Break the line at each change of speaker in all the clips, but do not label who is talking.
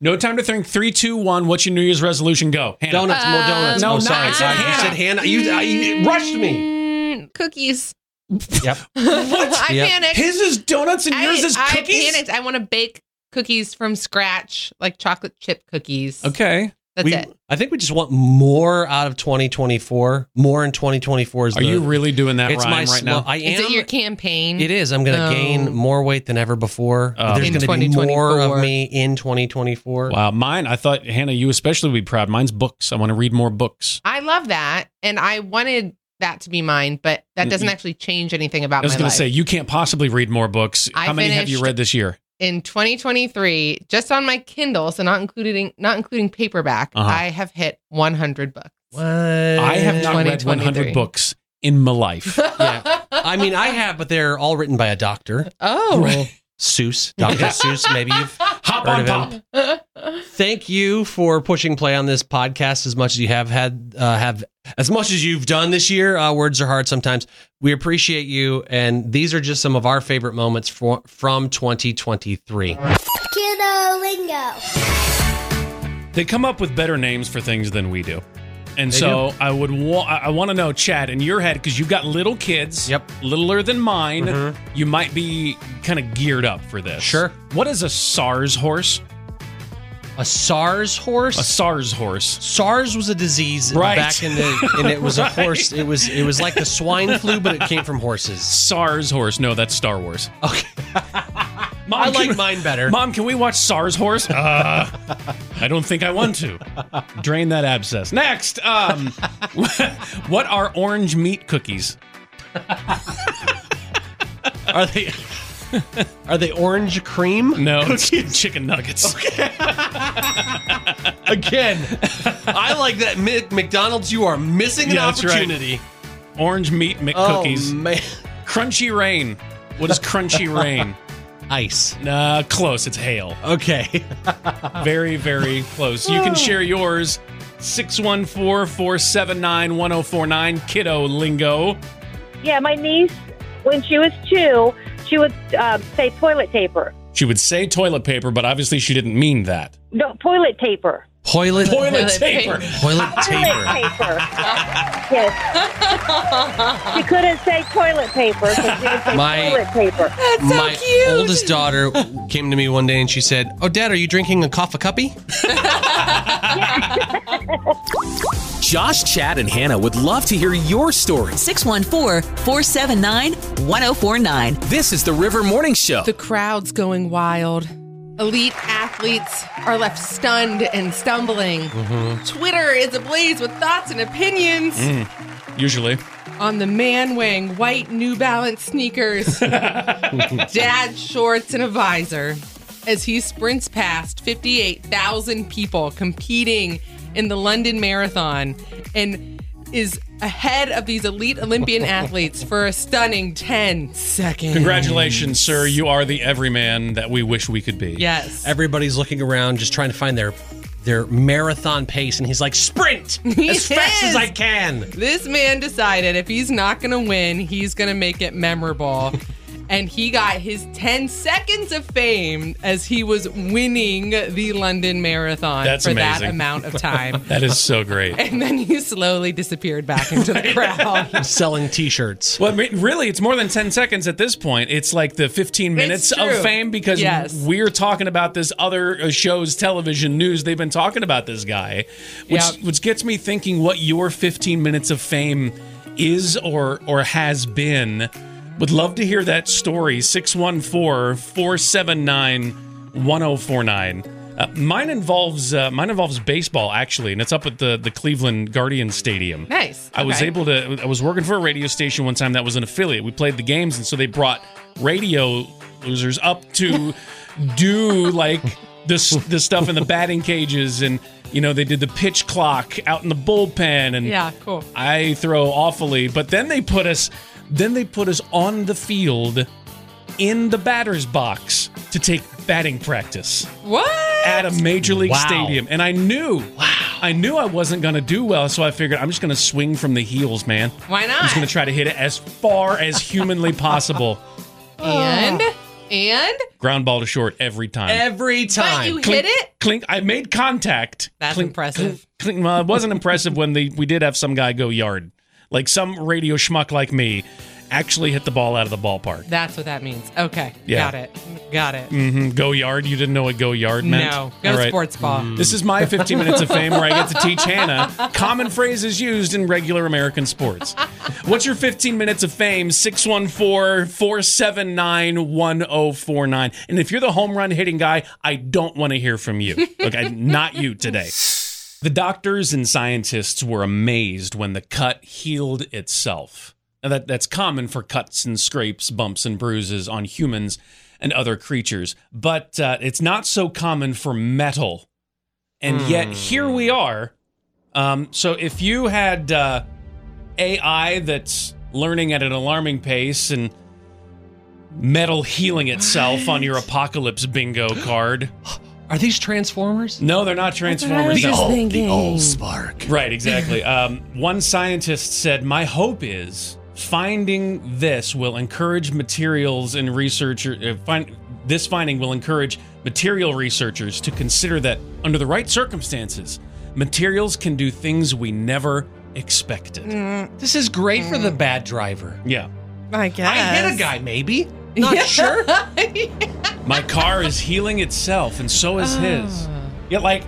No time to think. Three, two, one. What's your New Year's resolution? Go. Hannah.
Uh,
Donuts, more donuts.
Um,
oh,
no,
sorry,
not
sorry. You
Hannah.
said Hannah. You, I, you rushed me.
Mm, cookies.
Yep.
I
Yep.
panicked.
His is donuts and yours
I,
is
I
cookies.
panicked. I want to bake cookies from scratch, like chocolate chip cookies.
okay.
That's
we,
it.
I think we just want more out of 2024. More in 2024 is
Are
the,
you really doing that
it's
rhyme
my
right
s- well,
now?
I am.
Is it your campaign?
It is. I'm going to
Oh.
gain more weight than ever before.
Oh.
There's
In
going to be more of
2024.
me in 2024.
Wow. Mine. I thought Hannah, you especially would be proud. Mine's books. I want to read more books.
I love that, and I wanted that to be mine, but
Mm-hmm.
that doesn't
Mm-mm.
actually change anything about
I was
my
going
life.
to say you can't possibly read more books.
I
How many have you
finished-
read this year?
in 2023, just on my Kindle, so not including not including paperback,
Uh-huh.
I have hit 100 books.
What?
I have not read 100
2023.
books in my life.
Yeah. I mean, I have, but they're all written by a doctor.
oh,
Seuss. Dr. Seuss. Maybe you've.
Hop
Heard
on
of
pop.
him. Thank you for pushing play on this podcast as much as you have had, uh, have as much as you've done this year. Uh, words are hard sometimes. We appreciate you. And these are just some of our favorite moments for, from 2023.
Kiddo Lingo.
They come up with better names for things than we do. And
They
so I would wa- I- I want to know, Chad, in your head, because you've got little kids,
Yep.
littler than mine,
Mhm.
you might be kind of geared up for this.
Sure.
What is a SARS horse?
A SARS horse.
A SARS horse.
SARS was a disease
Right.
back in the, and it was
Right.
a horse. It was it was like the swine flu, but it came from horses.
SARS horse. No, that's Star Wars.
Okay,
Mom,
I like
can-
mine better.
Mom, can we watch SARS horse? Uh, I don't think I want to. Drain that abscess. Next, um, what are orange meat cookies?
Are they are they orange cream?
No, it's chicken nuggets.
Again, I like that Mc- McDonald's. You are missing an
Yeah, that's right.
opportunity.
Orange meat
Oh,
McCookies.
man.
Crunchy rain. What is crunchy rain?
ice.
Nah, close. It's hail.
Okay,
Very, very close. You can share yours. 614 479 1049 Kiddo Lingo.
Yeah, my niece, when she was two, she would uh, say toilet paper.
She would say toilet paper, but obviously she didn't mean that.
No, toilet paper.
toilet
Toilet
Toilet
paper.
toilet
Toilet
taper.
paper. yes. She couldn't say toilet paper, so she would say
My-
toilet paper.
My oldest daughter came to me one day and she said, "Oh, Dad, are you drinking a coffee cuppy?"
Josh, Chad, and Hannah would love to hear your stories.
614 479 1049.
This is the River Morning Show.
the crowd's going wild. Elite athletes are left stunned and stumbling. Twitter is ablaze with thoughts and opinions
Usually.
on the man wearing white New Balance sneakers, dad shorts, and a visor as he sprints past 58,000 people competing in the London Marathon and is ahead of these elite Olympian athletes for a stunning 10 seconds.
Congratulations, sir. You are the everyman that we wish we could be.
Yes.
Everybody's looking around, just trying to find their their marathon pace, and he's like, "Sprint
He
as fast
is.
as I can."
This man decided if he's not going to win, he's going to make it memorable. and he got his 10 seconds of fame as he was winning the London Marathon
That's
for that
amazing.
amount of time.
That is so great.
and then he slowly disappeared back into the crowd.
Selling T-shirts.
Well, I mean, really, it's more than 10 seconds at this point. It's like the 15 minutes
It's true.
of fame because
Yes.
we're talking about this other uh, show's television news. They've been talking about this guy, which,
Yep.
which gets me thinking what your 15 minutes of fame is or, or has been. Would love to hear that story. 614 479 1049. Uh, Mine involves uh, mine involves baseball actually, and it's up at the the Cleveland Guardian Stadium.
Nice.
I was
Okay.
able to. I was working for a radio station one time that was an affiliate. We played the games, and so they brought radio losers up to do like this the stuff in the batting cages, and you know they did the pitch clock out in the bullpen, and
yeah, cool.
I throw awfully, but then they put us, then they put us on the field in the batter's box to take batting practice
What?
at a major league
Wow.
stadium, and I knew. I knew I wasn't going to do well, so I figured I'm just going to swing from the heels, man.
Why
I'm just
not?
going to try to hit it as far as humanly possible.
and And
Ground ball to short every time.
Every
but
time.
you hit
Clink,
it.
Clink. I made contact.
That's
Clink,
impressive.
Clink, clink. Well, it wasn't impressive when the, we did have some guy go yard. Like some radio schmuck like me actually hit the ball out of the ballpark.
That's what that means. Okay.
Yeah.
Got it. Got it.
hmm Go yard. You didn't know what go yard meant?
No. Go
All right. Mm.
sports ball.
This is my 15 minutes of fame where I get to teach Hannah common phrases used in regular American sports. What's your 15 minutes of fame? 614 479 1049. And if you're the home run hitting guy, I don't want to hear from you. Okay, not you today. The doctors and scientists were amazed when the cut healed itself. Now that, that's common for cuts and scrapes, bumps and bruises on humans and other creatures, but uh, it's not so common for metal and yet here we are. Um, so if you had uh, AI that's learning at an alarming pace and metal healing itself on your apocalypse bingo card,
Are these Transformers?
no, they're not Transformers.
the,
No.
old, the old spark.
Right, exactly. Um, one scientist said, My hope is finding this will encourage materials and researchers. Uh, find, this finding will encourage material researchers to consider that under the right circumstances, materials can do things we never expected.
This is great for the bad driver.
Yeah.
I guess.
I hit a guy, maybe. Not sure.
My car is healing itself, and so is his. Yeah, like,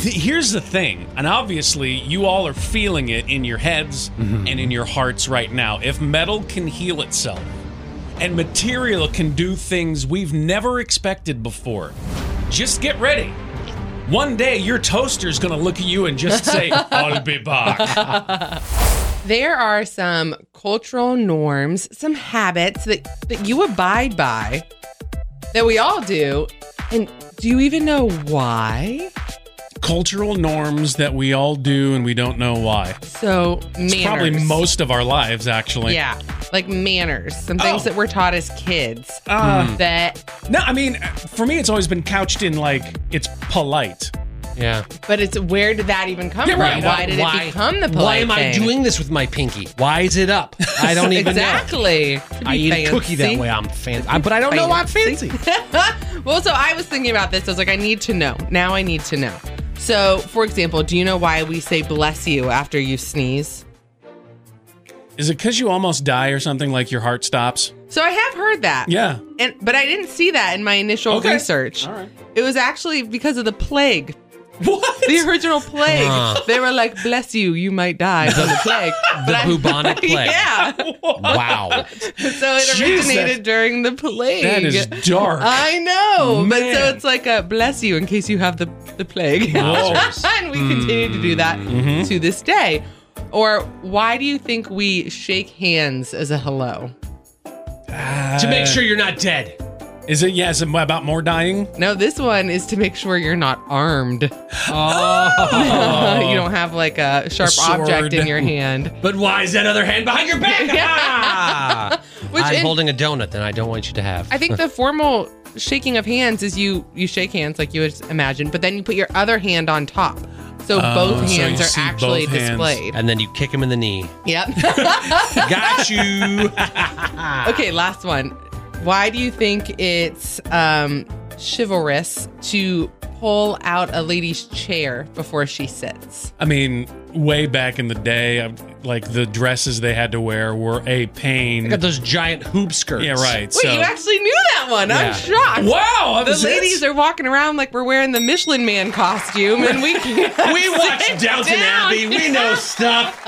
th- here's the thing, and obviously, you all are feeling it in your heads and in your hearts right now. If metal can heal itself, and material can do things we've never expected before, just get ready. One day, your toaster's gonna look at you and just say, I'll be back.
There are some cultural norms, some habits that, that you abide by that we all do. And do you even know why?
Cultural norms that we all do and we don't know why.
So, manners.
It's probably most of our lives, actually.
Yeah. Like manners, some things
Oh.
that we're taught as kids Hmm.
Uh,
that,
No, I mean, for me, it's always been couched in like it's polite.
yeah.
but it's where did that even come from? Why did it become the polite
Why am I
thing?
doing this with my pinky? Why is it up? I don't even know.
exactly.
I eat a cookie that way. I'm fancy, but I don't know why I'm fancy.
well, so I was thinking about this. I was like, I need to know. Now I need to know. So, for example, do you know why we say bless you after you sneeze?
Is it because you almost die or something? Like your heart stops?
So I have heard that.
Yeah.
And but I didn't see that in my initial
Okay.
research.
All right.
It was actually because of the plague.
What?
The original plague.
Huh.
They were like, bless you, you might die from the plague. But
The
I-
bubonic plague.
yeah.
Wow.
So it
Jesus.
originated during the plague.
that is dark.
Uh,
I know, but so
Man.
it's like a bless you in case you have the the plague.
Wowzers.
and we continue to do that
Mm-hmm.
to this day. Or why do you think we shake hands as a hello?
to make sure you're not dead.
is it? Yes. Yeah, about more dying.
No, this one is to make sure you're not armed. you don't have like a sharp
sword.
object in your hand.
But why is that other hand behind your back? Ah!
Which
I'm
in-
holding a donut that I don't want you to have.
I think the formal shaking of hands is you you shake hands like you would imagine, but then you put your other hand on top. So both
Oh, so you
hands
see
are actually
both hands.
displayed.
and then you kick him in the knee.
Yep.
Got you.
Okay, last one. Why do you think it's um, chivalrous to pull out a lady's chair before she sits?
I mean, way back in the day, I- like the dresses they had to wear were a pain.
Got those giant hoop skirts.
Yeah. Right.
Wait,
so.
you actually knew that one.
Yeah.
I'm shocked.
wow. that
The
was it?
ladies are walking around like we're wearing the Michelin Man costume, and we can't.
We watch Downton
down.
Abbey. We know stuff.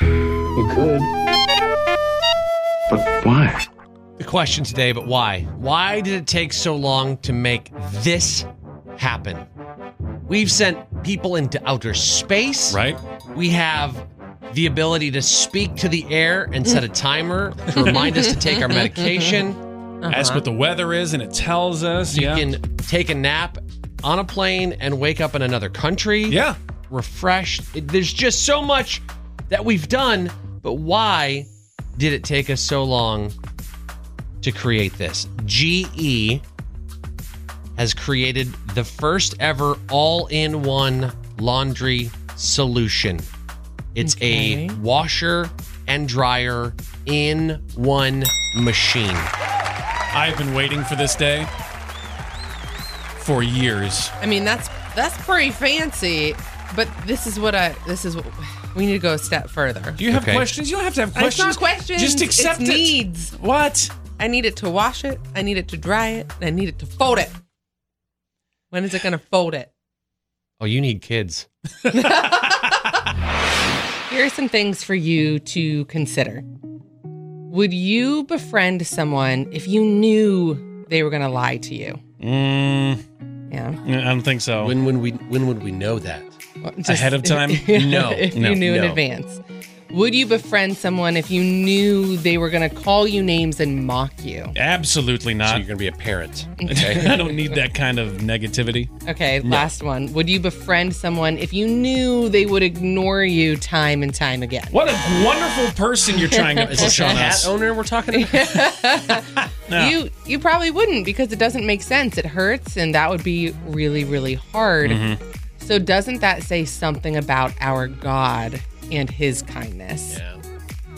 You could. But why?
The question today, but why? Why did it take so long to make this happen? We've sent people into outer space.
Right.
We have the ability to speak to the air and set a timer to remind us to take our medication.
Ask what the weather is, and it tells us. yeah.
You can take a nap on a plane and wake up in another country.
yeah.
refreshed. It- There's just so much that we've done, but why did it take us so long to create this? GE has created the first ever all in one laundry solution. It's
Okay.
a washer and dryer in one machine.
I've been waiting for this day for years.
I mean, that's that's pretty fancy, but this is what I this is what we need to go a step further.
Do you have
Okay.
questions? You don't have to have
It's
questions.
not questions.
Just accept
it's
it.
needs.
What?
I need it to wash it. I need it to dry it. And I need it to fold it. When is it going to fold it?
Oh, you need kids.
Here are some things for you to consider. Would you befriend someone if you knew they were going to lie to you?
Mm,
Yeah.
I don't think so.
When when we when would we know that?
Well,
Ahead of time?
No,
if
no,
you knew in
no.
advance. Would you befriend someone if you knew they were going to call you names and mock you?
Absolutely
so
not.
you're gonna be a parent.
I don't need that kind of negativity.
Okay, last one. Would you befriend someone if you knew they would ignore you time and time again?
What a wonderful person you're trying to
Is this
push
a
on
hat
us.
owner we're talking about?
No.
You you probably wouldn't because it doesn't make sense. It hurts and that would be really really hard.
Mm-hmm.
So doesn't that say something about our God and his kindness?
Yeah.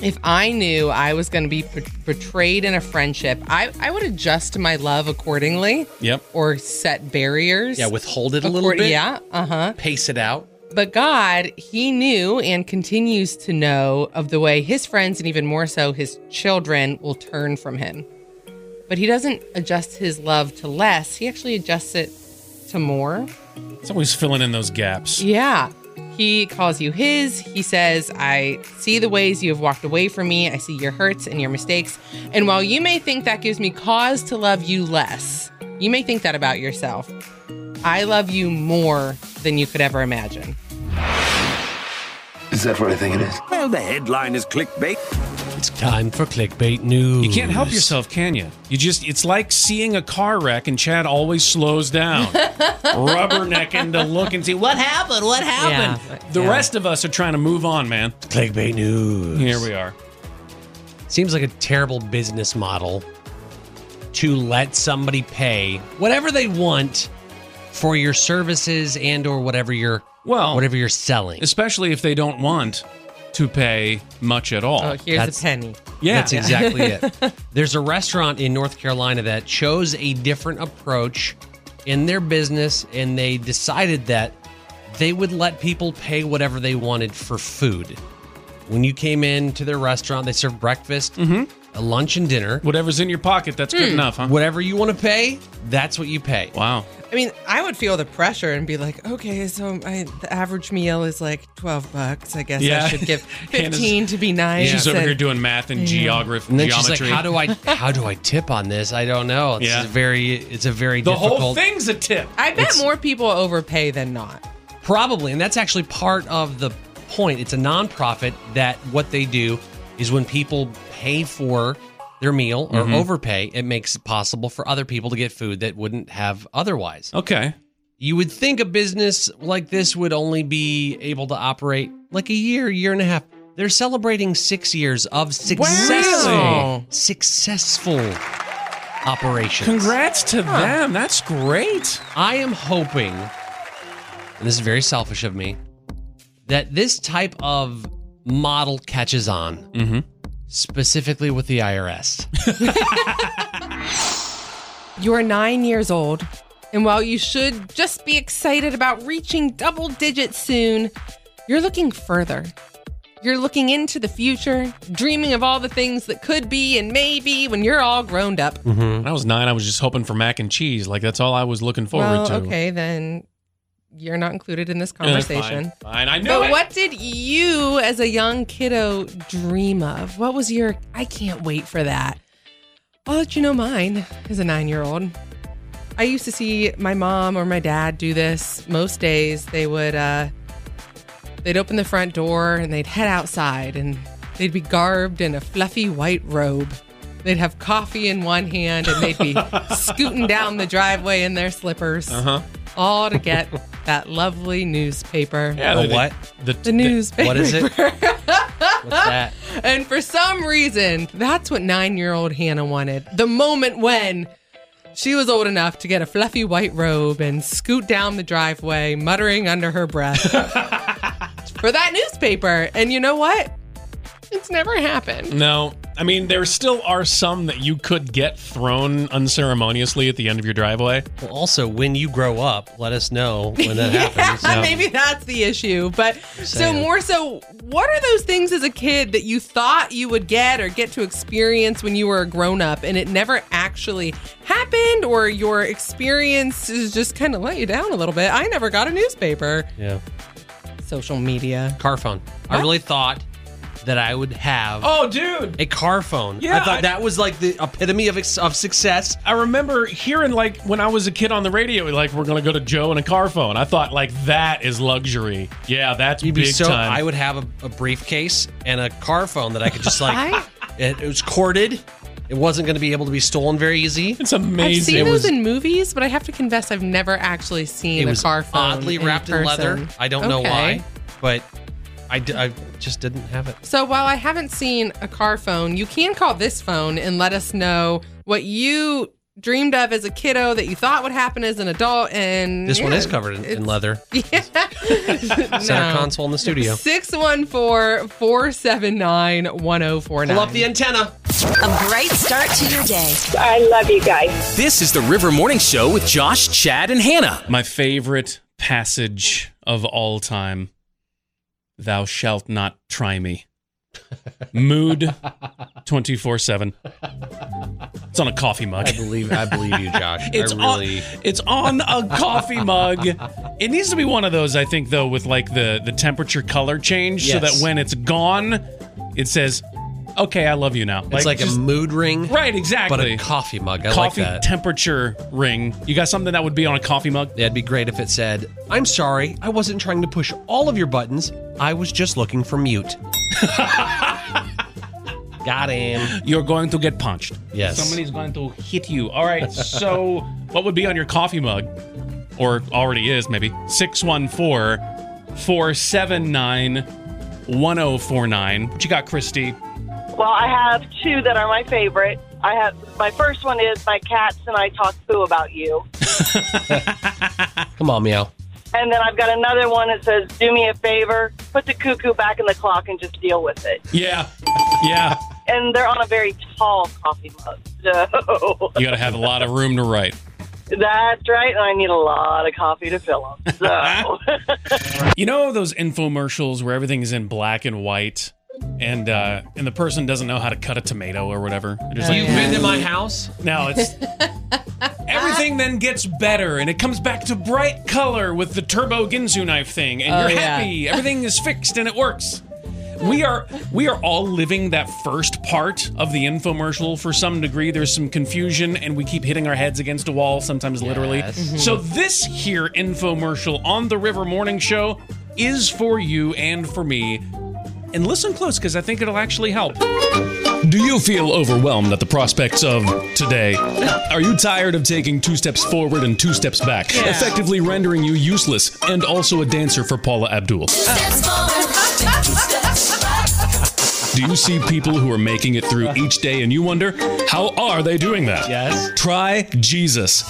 If I knew I was going to be bet- betrayed in a friendship, I I would adjust my love accordingly
Yep.
or set barriers.
Yeah, withhold it a little
Accord-
bit.
Yeah, uh-huh.
Pace it out.
But God, He knew and continues to know of the way His friends and even more so His children will turn from Him. But He doesn't adjust His love to less, He actually adjusts it to more.
It's always filling in those gaps.
Yeah. He calls you His. He says, I see the ways you have walked away from me. I see your hurts and your mistakes. And while you may think that gives me cause to love you less, you may think that about yourself. I love you more than you could ever imagine.
Is that what I think it is?
Well, the headline is clickbait.
It's time for clickbait news.
You can't help yourself, can you? You just, it's like seeing a car wreck and Chad always slows down, rubbernecking to look and see what happened, what happened.
Yeah.
The
Yeah.
rest of us are trying to move on, man.
Clickbait news.
Here we are.
Seems like a terrible business model to let somebody pay whatever they want for your services and or whatever you're
Well,
whatever you're selling.
especially if they don't want to pay much at all.
Oh, here's
That's-
a penny.
yeah,
That's exactly it. There's a restaurant in North Carolina that chose a different approach in their business and they decided that they would let people pay whatever they wanted for food. When you came in to their restaurant, they served breakfast,
Mm-hmm.
a lunch and dinner.
whatever's in your pocket, that's
Hmm.
good enough, huh?
Whatever you want to pay, that's what you pay.
Wow.
I mean, I would feel the pressure and be like, okay, so I, the average meal is like 12 bucks. I guess
Yeah.
I should give
Hannah's-
15 to be nice.
She's over
and-
here doing math and geography.
And then
geometry.
she's like, "How do I? How do I tip on this? I don't know. It's
Yeah.
very. It's a very
the
difficult.
whole thing's a tip.
I bet
It's-
more people overpay than not.
Probably, and that's actually part of the point. It's a nonprofit that what they do is when people pay for their meal or overpay, it makes it possible for other people to get food that wouldn't have otherwise.
Okay.
You would think a business like this would only be able to operate like a year, year and a half. They're celebrating six years of successful,
Really?
successful operations.
Congrats to them. That's great.
I am hoping, and this is very selfish of me, that this type of model catches on,
Mm-hmm.
specifically with the IRS.
You are nine years old, and while you should just be excited about reaching double digits soon, you're looking further. You're looking into the future, dreaming of all the things that could be and maybe when you're all grown up.
When I was nine, I was just hoping for mac and cheese. Like that's all I was looking forward
well,
to.
okay, then you're not included in this
Yeah,
conversation.
Fine, fine. I knew
But
it.
what did you, as a young kiddo, dream of? What was your? I can't wait for that. I'll let you know mine as a nine year old. I used to see my mom or my dad do this most days. They would, uh, they'd open the front door and they'd head outside and they'd be garbed in a fluffy white robe. They'd have coffee in one hand and they'd be scooting down the driveway in their slippers,
Uh-huh.
all to get that lovely newspaper.
Yeah,
The
they- they-
what?
The,
The newspaper.
What is it? What's that?
And for some reason, that's what nine year old Hannah wanted. The moment when she was old enough to get a fluffy white robe and scoot down the driveway, muttering under her breath for that newspaper. And you know what? It's never happened.
No, I mean, there still are some that you could get thrown unceremoniously at the end of your driveway.
Well, also, when you grow up, let us know when that happens.
Yeah.
Maybe that's the issue. But so
Saying.
more so, what are those things as a kid that you thought you would get or get to experience when you were a grown up and it never actually happened or your experiences just kind of let you down a little bit? I never got a newspaper.
Yeah.
Social media.
Car phone. I really thought that I would have
Oh, dude.
a car phone.
Yeah,
I thought
I-
that was like the epitome of, ex- of success.
I remember hearing like when I was a kid on the radio, like we're gonna go to Joe in a car phone. I thought like that is luxury. Yeah, that's
You'd be
big
so.
time.
I would have a, a briefcase and a car phone that I could just like.
I-
it, it was corded. It wasn't going to be able to be stolen very easy.
it's
I've
amazing.
seen
It
those
was-
in movies, but I have to confess I've never actually seen
it
a
was
car phone.
oddly wrapped in, leather.
person.
I don't know
Okay.
why, but I, d- I just didn't have it.
So while I haven't seen a car phone, you can call this phone and let us know what you dreamed of as a kiddo that you thought would happen as an adult. And
This one
yeah,
is covered in, in
it's-
leather.
Yeah.
Center console in the studio.
614 479 1049.
Pull up the antenna.
A bright start to your day.
I love you guys.
This is the River Morning Show with Josh, Chad, and Hannah.
my favorite passage of all time. Thou shalt not try me. Mood 24 7. It's on a coffee mug.
believe I believe you, Josh.
It's on it's on a coffee mug. It needs to be one of those, I think, though, with like the the temperature color change, so
Yes.
that when it's gone, it says, "Okay, I love you now."
It's like,
just-
a mood ring,
right,
but
exactly.
a coffee mug. I
coffee
like that.
temperature ring. You got something that would be on a coffee mug?
That'd be great if it said, "I'm sorry, I wasn't trying to push all of your buttons. I was just looking for mute." Got him.
You're going to get punched.
Yes.
somebody's going to hit you. All right. So, what would be on your coffee mug, or already is maybe six one four four seven nine one zero four nine. What you got, Christy?
Well, I have two that are my favorite. I have my first one is my cats and I talk poo about you,
Come on, meow.
and then I've got another one that says, "Do me a favor, put the cuckoo back in the clock and just deal with it."
Yeah. Yeah.
And they're on a very tall coffee mug, so
You got to have a lot of room to write.
that's right. And I need a lot of coffee to fill them. So
You know those infomercials where everything is in black and white and uh and the person doesn't know how to cut a tomato or whatever. They're just
You've
like
been to my house.
now it's everything then gets better and it comes back to bright color with the turbo Ginzu knife thing and
Oh,
you're
yeah.
happy. Everything is fixed and it works. We are we are all living that first part of the infomercial for some degree. There's some confusion and we keep hitting our heads against a wall, sometimes literally.
Yes.
So this here infomercial on the River Morning Show is for you and for me. And listen close because I think it'll actually help. Do you feel overwhelmed at the prospects of today? Are you tired of taking two steps forward and two steps back, effectively rendering you useless and also a dancer for Paula Abdul? Do you see people who are making it through each day and you wonder, how are they doing that?
Yes.
Try Jesus.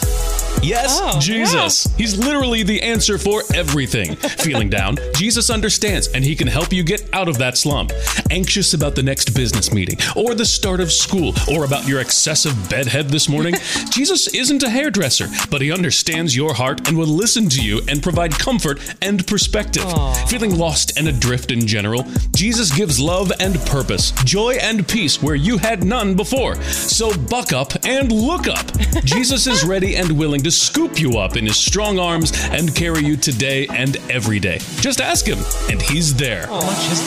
Yes, Jesus. He's literally the answer for everything. Feeling down, Jesus understands and he can help you get out of that slump. Anxious about the next business meeting or the start of school or about your excessive bedhead this morning? Jesus isn't a hairdresser, but he understands your heart and will listen to you and provide comfort and perspective. Feeling lost and adrift in general? Jesus gives love and purpose, joy and peace where you had none before. So buck up and look up. Jesus is ready and willing to scoop you up in his strong arms and carry you today and every day. Just ask him, and he's there.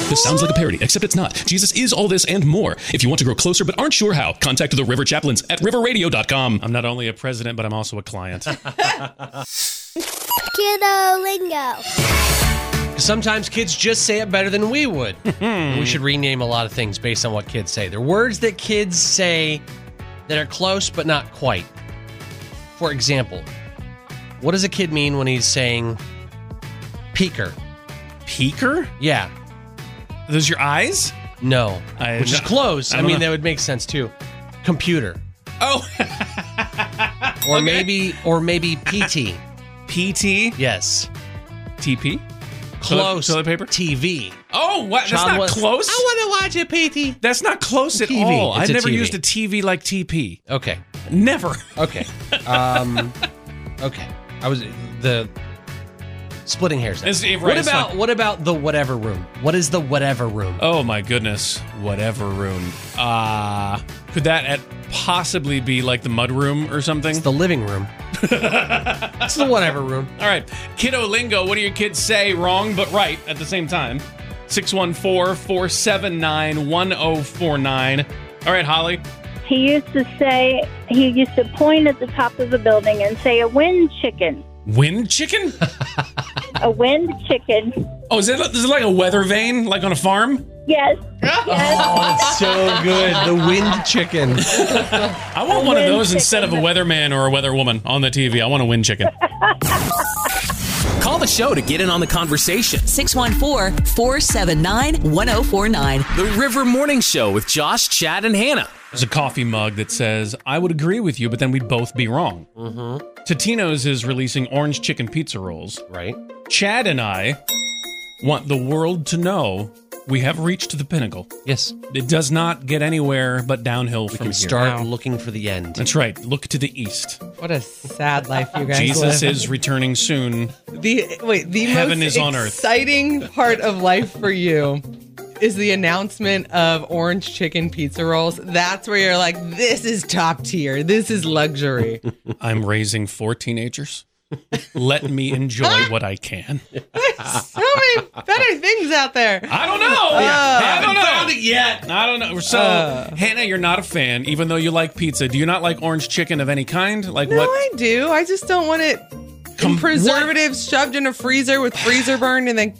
This sounds like a parody, except it's not. Jesus is all this and more. If you want to grow closer but aren't sure how, contact the River Chaplains at riverradio.com. I'm not only a president, but I'm also a client.
Kiddo lingo.
Sometimes kids just say it better than we would. we should rename a lot of things based on what kids say. They're words that kids say that are close but not quite. For example, what does a kid mean when he's saying peeker?
Peeker?
Yeah,
Those your eyes?
no,
I-
which is close.
I
I,
don't
mean,
know.
that would make sense too. Computer,
Oh,
or maybe, or maybe PT.
PT?
Yes,
TP?
close
toilet paper?
TV.
Oh, what? That's
Child
not
was-
close.
I want to watch a PT.
That's not close at
TV.
all.
It's
I've
a
never
TV.
used a TV like TP.
Okay.
Never.
Okay. Um, okay. I was the splitting hairs. now.
It's- it- right,
what
it's
about
fine.
what about the whatever room? What is the whatever room?
Oh my goodness. Whatever room. Uh could that at possibly be like the mud room or something?
It's the living room. it's the whatever room.
All right. Kiddo lingo. What do your kids say wrong but right at the same time? 614-479-1049. All right, Holly.
He used to say, he used to point at the top of a building and say, a wind chicken,
Wind chicken?
a wind chicken.
Oh, is it, is it like a weather vane like on a farm?
Yes,
Oh, it's so good. The wind chicken.
I want one of
wind
those instead of a weatherman or a weatherwoman on the TV. I want a wind chicken.
Call the show to get in on the conversation.
614 479 1049.
The River Morning Show with Josh, Chad, and Hannah.
There's a coffee mug that says, I would agree with you, but then we'd both be wrong. Mm-hmm. Totino's is releasing orange chicken pizza rolls.
Right.
Chad and I want the world to know we have reached the pinnacle.
Yes.
It does not get anywhere but downhill
We
from
can
here.
start looking for the end.
That's right. Look to the east.
What a sad life you guys
Jesus
live.
is returning soon.
the wait, the
Heaven
most
is on earth.
exciting part of life for you is the announcement of orange chicken pizza rolls. That's where you're like, this is top tier. This is luxury.
I'm raising four teenagers. Let me enjoy what I can.
so many better things out there.
I don't know. I don't know.
yet.
I don't know. So, Hannah, you're not a fan, even though you like pizza. Do you not like orange chicken of any kind? Like
No,
what?
I do. I just don't want it
Com-
in preservatives shoved in a freezer with freezer burned and then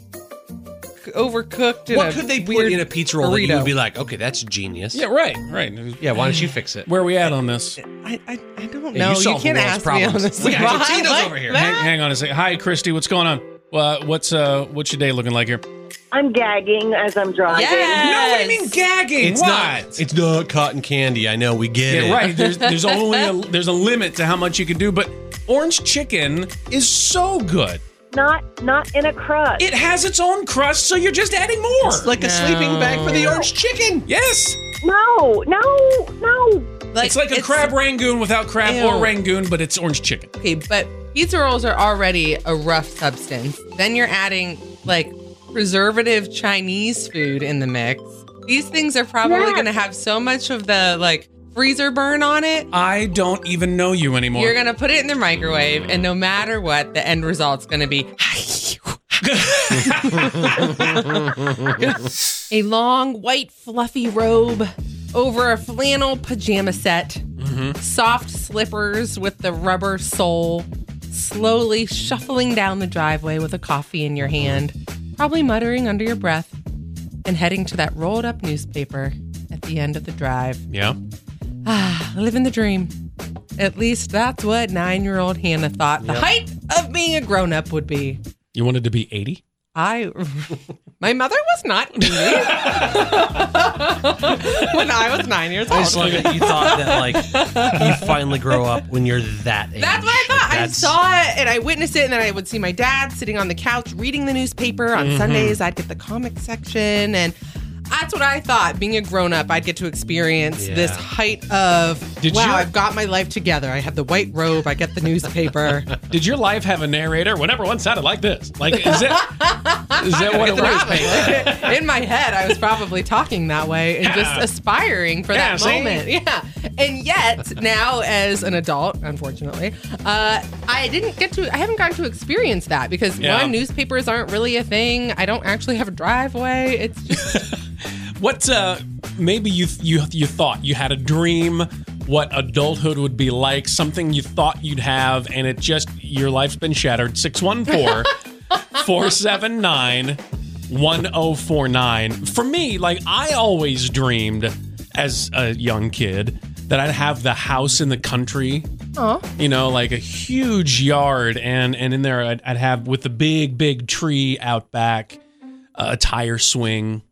c- overcooked. in
What
a
could they put
weird
in a pizza roll that you
burrito.
would be like, okay, that's genius.
Yeah, right, right.
Yeah, why don't you fix it?
Where are we at on this?
I, I, I don't
Yeah, you
know. you,
solve the
can't
world's
ask
problems.
me on this.
We got
spot
Totinos
like
over here.
that.
Hang, hang on a second. Hi, Christy. What's going on? Uh, what's uh, what's your day looking like here?
I'm gagging as I'm driving.
Yes.
No, what do you mean gagging?
It's
Why?
not. It's not cotton candy. I know. We get
Yeah,
it.
right. There's there's only a, there's a limit to how much you can do, but orange chicken is so good.
Not not in a crust.
It has its own crust, so you're just adding more.
It's like a sleeping bag for the orange chicken.
yes,
no, no, no.
it's like a crab rangoon without crab or
Ew.
rangoon, but it's orange chicken.
Okay, but pizza rolls are already a rough substance. Then you're adding like preservative Chinese food in the mix. These things are probably
Yeah.
going to have so much of the like freezer burn on it.
I don't even know you anymore.
You're going to put it in the microwave, and no matter what, the end result's going to be a long white fluffy robe over a flannel pajama set, soft slippers with the rubber sole, slowly shuffling down the driveway with a coffee in your hand, probably muttering under your breath, and heading to that rolled up newspaper at the end of the drive.
yeah.
Living the dream. At least that's what nine year old Hannah thought the height of being a grown up would be.
You wanted to be 80?
I, my mother was not me when I was nine years old.
It's like you thought that like you finally grow up when you're that age.
That's what I thought.
Like,
I
that's-
saw it and I witnessed it, and then I would see my dad sitting on the couch reading the newspaper on Sundays. I'd get the comic section, and that's what I thought. Being a grown up, I'd get to experience this
Yeah.
height of
Did
wow,
you-
I've got my life together. I have the white robe, I get the newspaper.
Did your life have a narrator? Whenever one sounded like this. Like, is that, is that what it
Probably.
was?
in my head, I was probably talking that way and just aspiring for
Yeah,
that
see?
moment. Yeah. And yet, now as an adult, unfortunately, uh, I didn't get to, I haven't gotten to experience that because
Yeah.
one, newspapers aren't really a thing. I don't actually have a driveway. It's just,
What, uh, maybe you, you, you thought you had a dream, what adulthood would be like, something you thought you'd have, and it just, your life's been shattered. 614 479 1049. For me, like, I always dreamed as a young kid that I'd have the house in the country
oh,
you know, like a huge yard, and and in there I'd, I'd have with the big big tree out back, uh, a tire swing,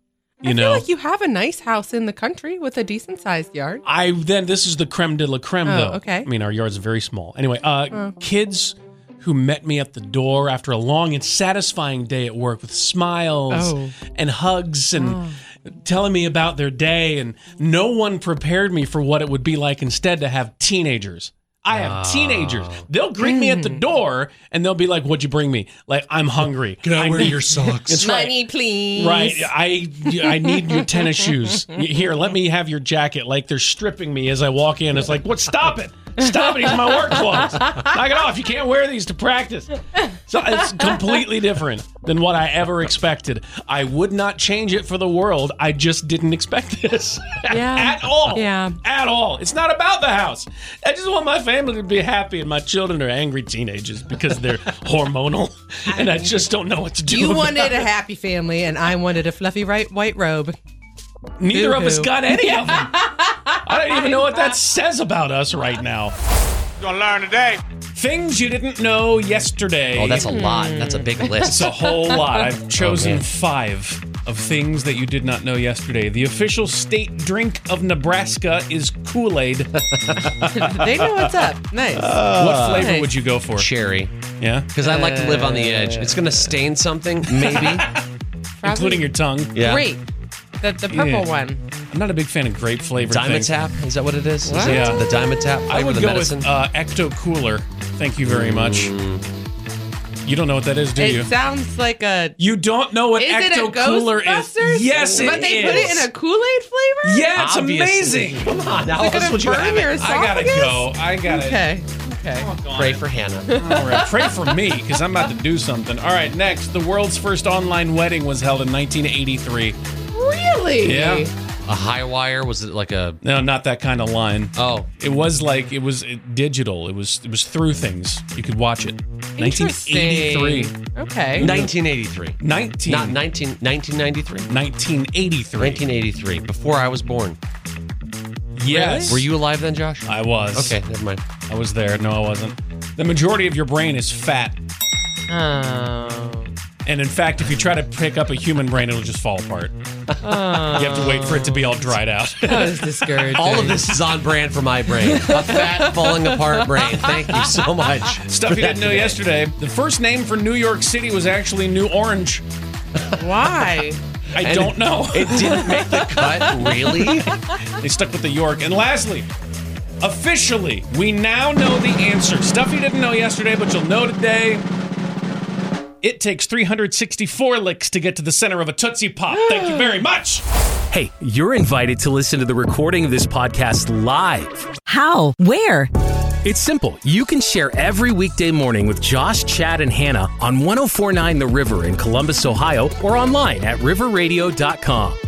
you
I feel
know.
like you have a nice house in the country with a decent sized yard.
I then this is the creme de la creme
Oh,
though.
okay. Oh,
I mean our yard's very small. Anyway, uh, kids who met me at the door after a long and satisfying day at work with smiles
Oh.
and hugs and telling me about their day. And no one prepared me for what it would be like instead to have teenagers. I
Ah.
have teenagers. They'll greet me at
Mm.
the door and they'll be like, What'd you bring me? Like, I'm hungry.
Can I
I
wear
need-
your socks?
That's right.
Money, please.
Right. I I need your tennis shoes. Here, let me have your jacket. Like they're stripping me as I walk in. It's like, what? Stop it! Stop it! These are my work clothes. Knock it off! You can't wear these to practice. So it's completely different than what I ever expected. I would not change it for the world. I just didn't expect this
Yeah.
at all.
Yeah.
At all. It's not about the house. I just want my family to be happy, and my children are angry teenagers because they're hormonal, and I just don't know what to do.
You
about
wanted
it.
a happy family, and I wanted a fluffy right, white robe.
Neither of us
Boo-hoo.
got any of them. I don't even know what that says about us right now.
Gonna learn today.
Things you didn't know yesterday.
Oh, that's a lot. That's a big list.
It's a whole lot. I've chosen
man.
five of things that you did not know yesterday. The official state drink of Nebraska is Kool Aid.
They know what's up. Nice.
Uh,
what flavor
nice.
would you go for?
Cherry,
Yeah.
because I like to live on the edge. It's gonna stain something, maybe.
Probably
Including your tongue.
Yeah.
grape. The, the purple
Yeah.
one.
I'm not a big fan of grape flavor.
Diamond tap. Is that what it is? Is
What?
it
Yeah.
The diamond tap. Flavor
I
of
would
the
go
medicine. Mm.
with uh, Ecto Cooler. Thank you very much. You don't know what that is, do
it
you?
sounds like a.
You don't know what
Is it
Ecto
a
Cooler is.
Ghostbusters?
Yes, it is.
But they put it in a Kool Aid flavor?
Yeah, Oh, it's
Obviously.
amazing.
Come on, now
Is it gonna
would you
burn
have
your
it?
I gotta
esophagus?
go. I gotta
Okay. Okay.
Pray for Hannah.
All right, pray for me because I'm about to do something. All right, next, the world's first online wedding was held in 1983.
Really?
Yeah.
a high wire? Was it like a?
No, not that kind of line. Uh,
Oh,
It was like it was uh, digital. It was it was through things. You could watch it. 1983.
Interesting. Okay.
1983.
19.
Not 19, 1993.
1983.
1983, before I was born.
Yes.
Were you alive then, Josh?
I was.
Okay, never mind.
I was there. No, I wasn't. The majority of your brain is fat.
Oh.
And in fact, if you try to pick up a human brain, it'll just fall apart. You have to wait for it to be all dried out.
That was discouraging.
All of this is on brand for my brain. A fat, falling apart brain. Thank you so much.
Stuff you didn't know yesterday. The first name for New York City was actually New Orange.
Why?
I don't know.
It didn't make the cut, really?
they stuck with the York. And lastly, officially, we now know the answer. Stuff you didn't know yesterday, but you'll know today. It takes 364 licks to get to the center of a Tootsie Pop. Thank you very much.
Hey, you're invited to listen to the recording of this podcast live.
How? Where?
It's simple. You can share every weekday morning with Josh, Chad, and oh Hannah on 1049 The River in Columbus, Ohio, or online at riverradio.com.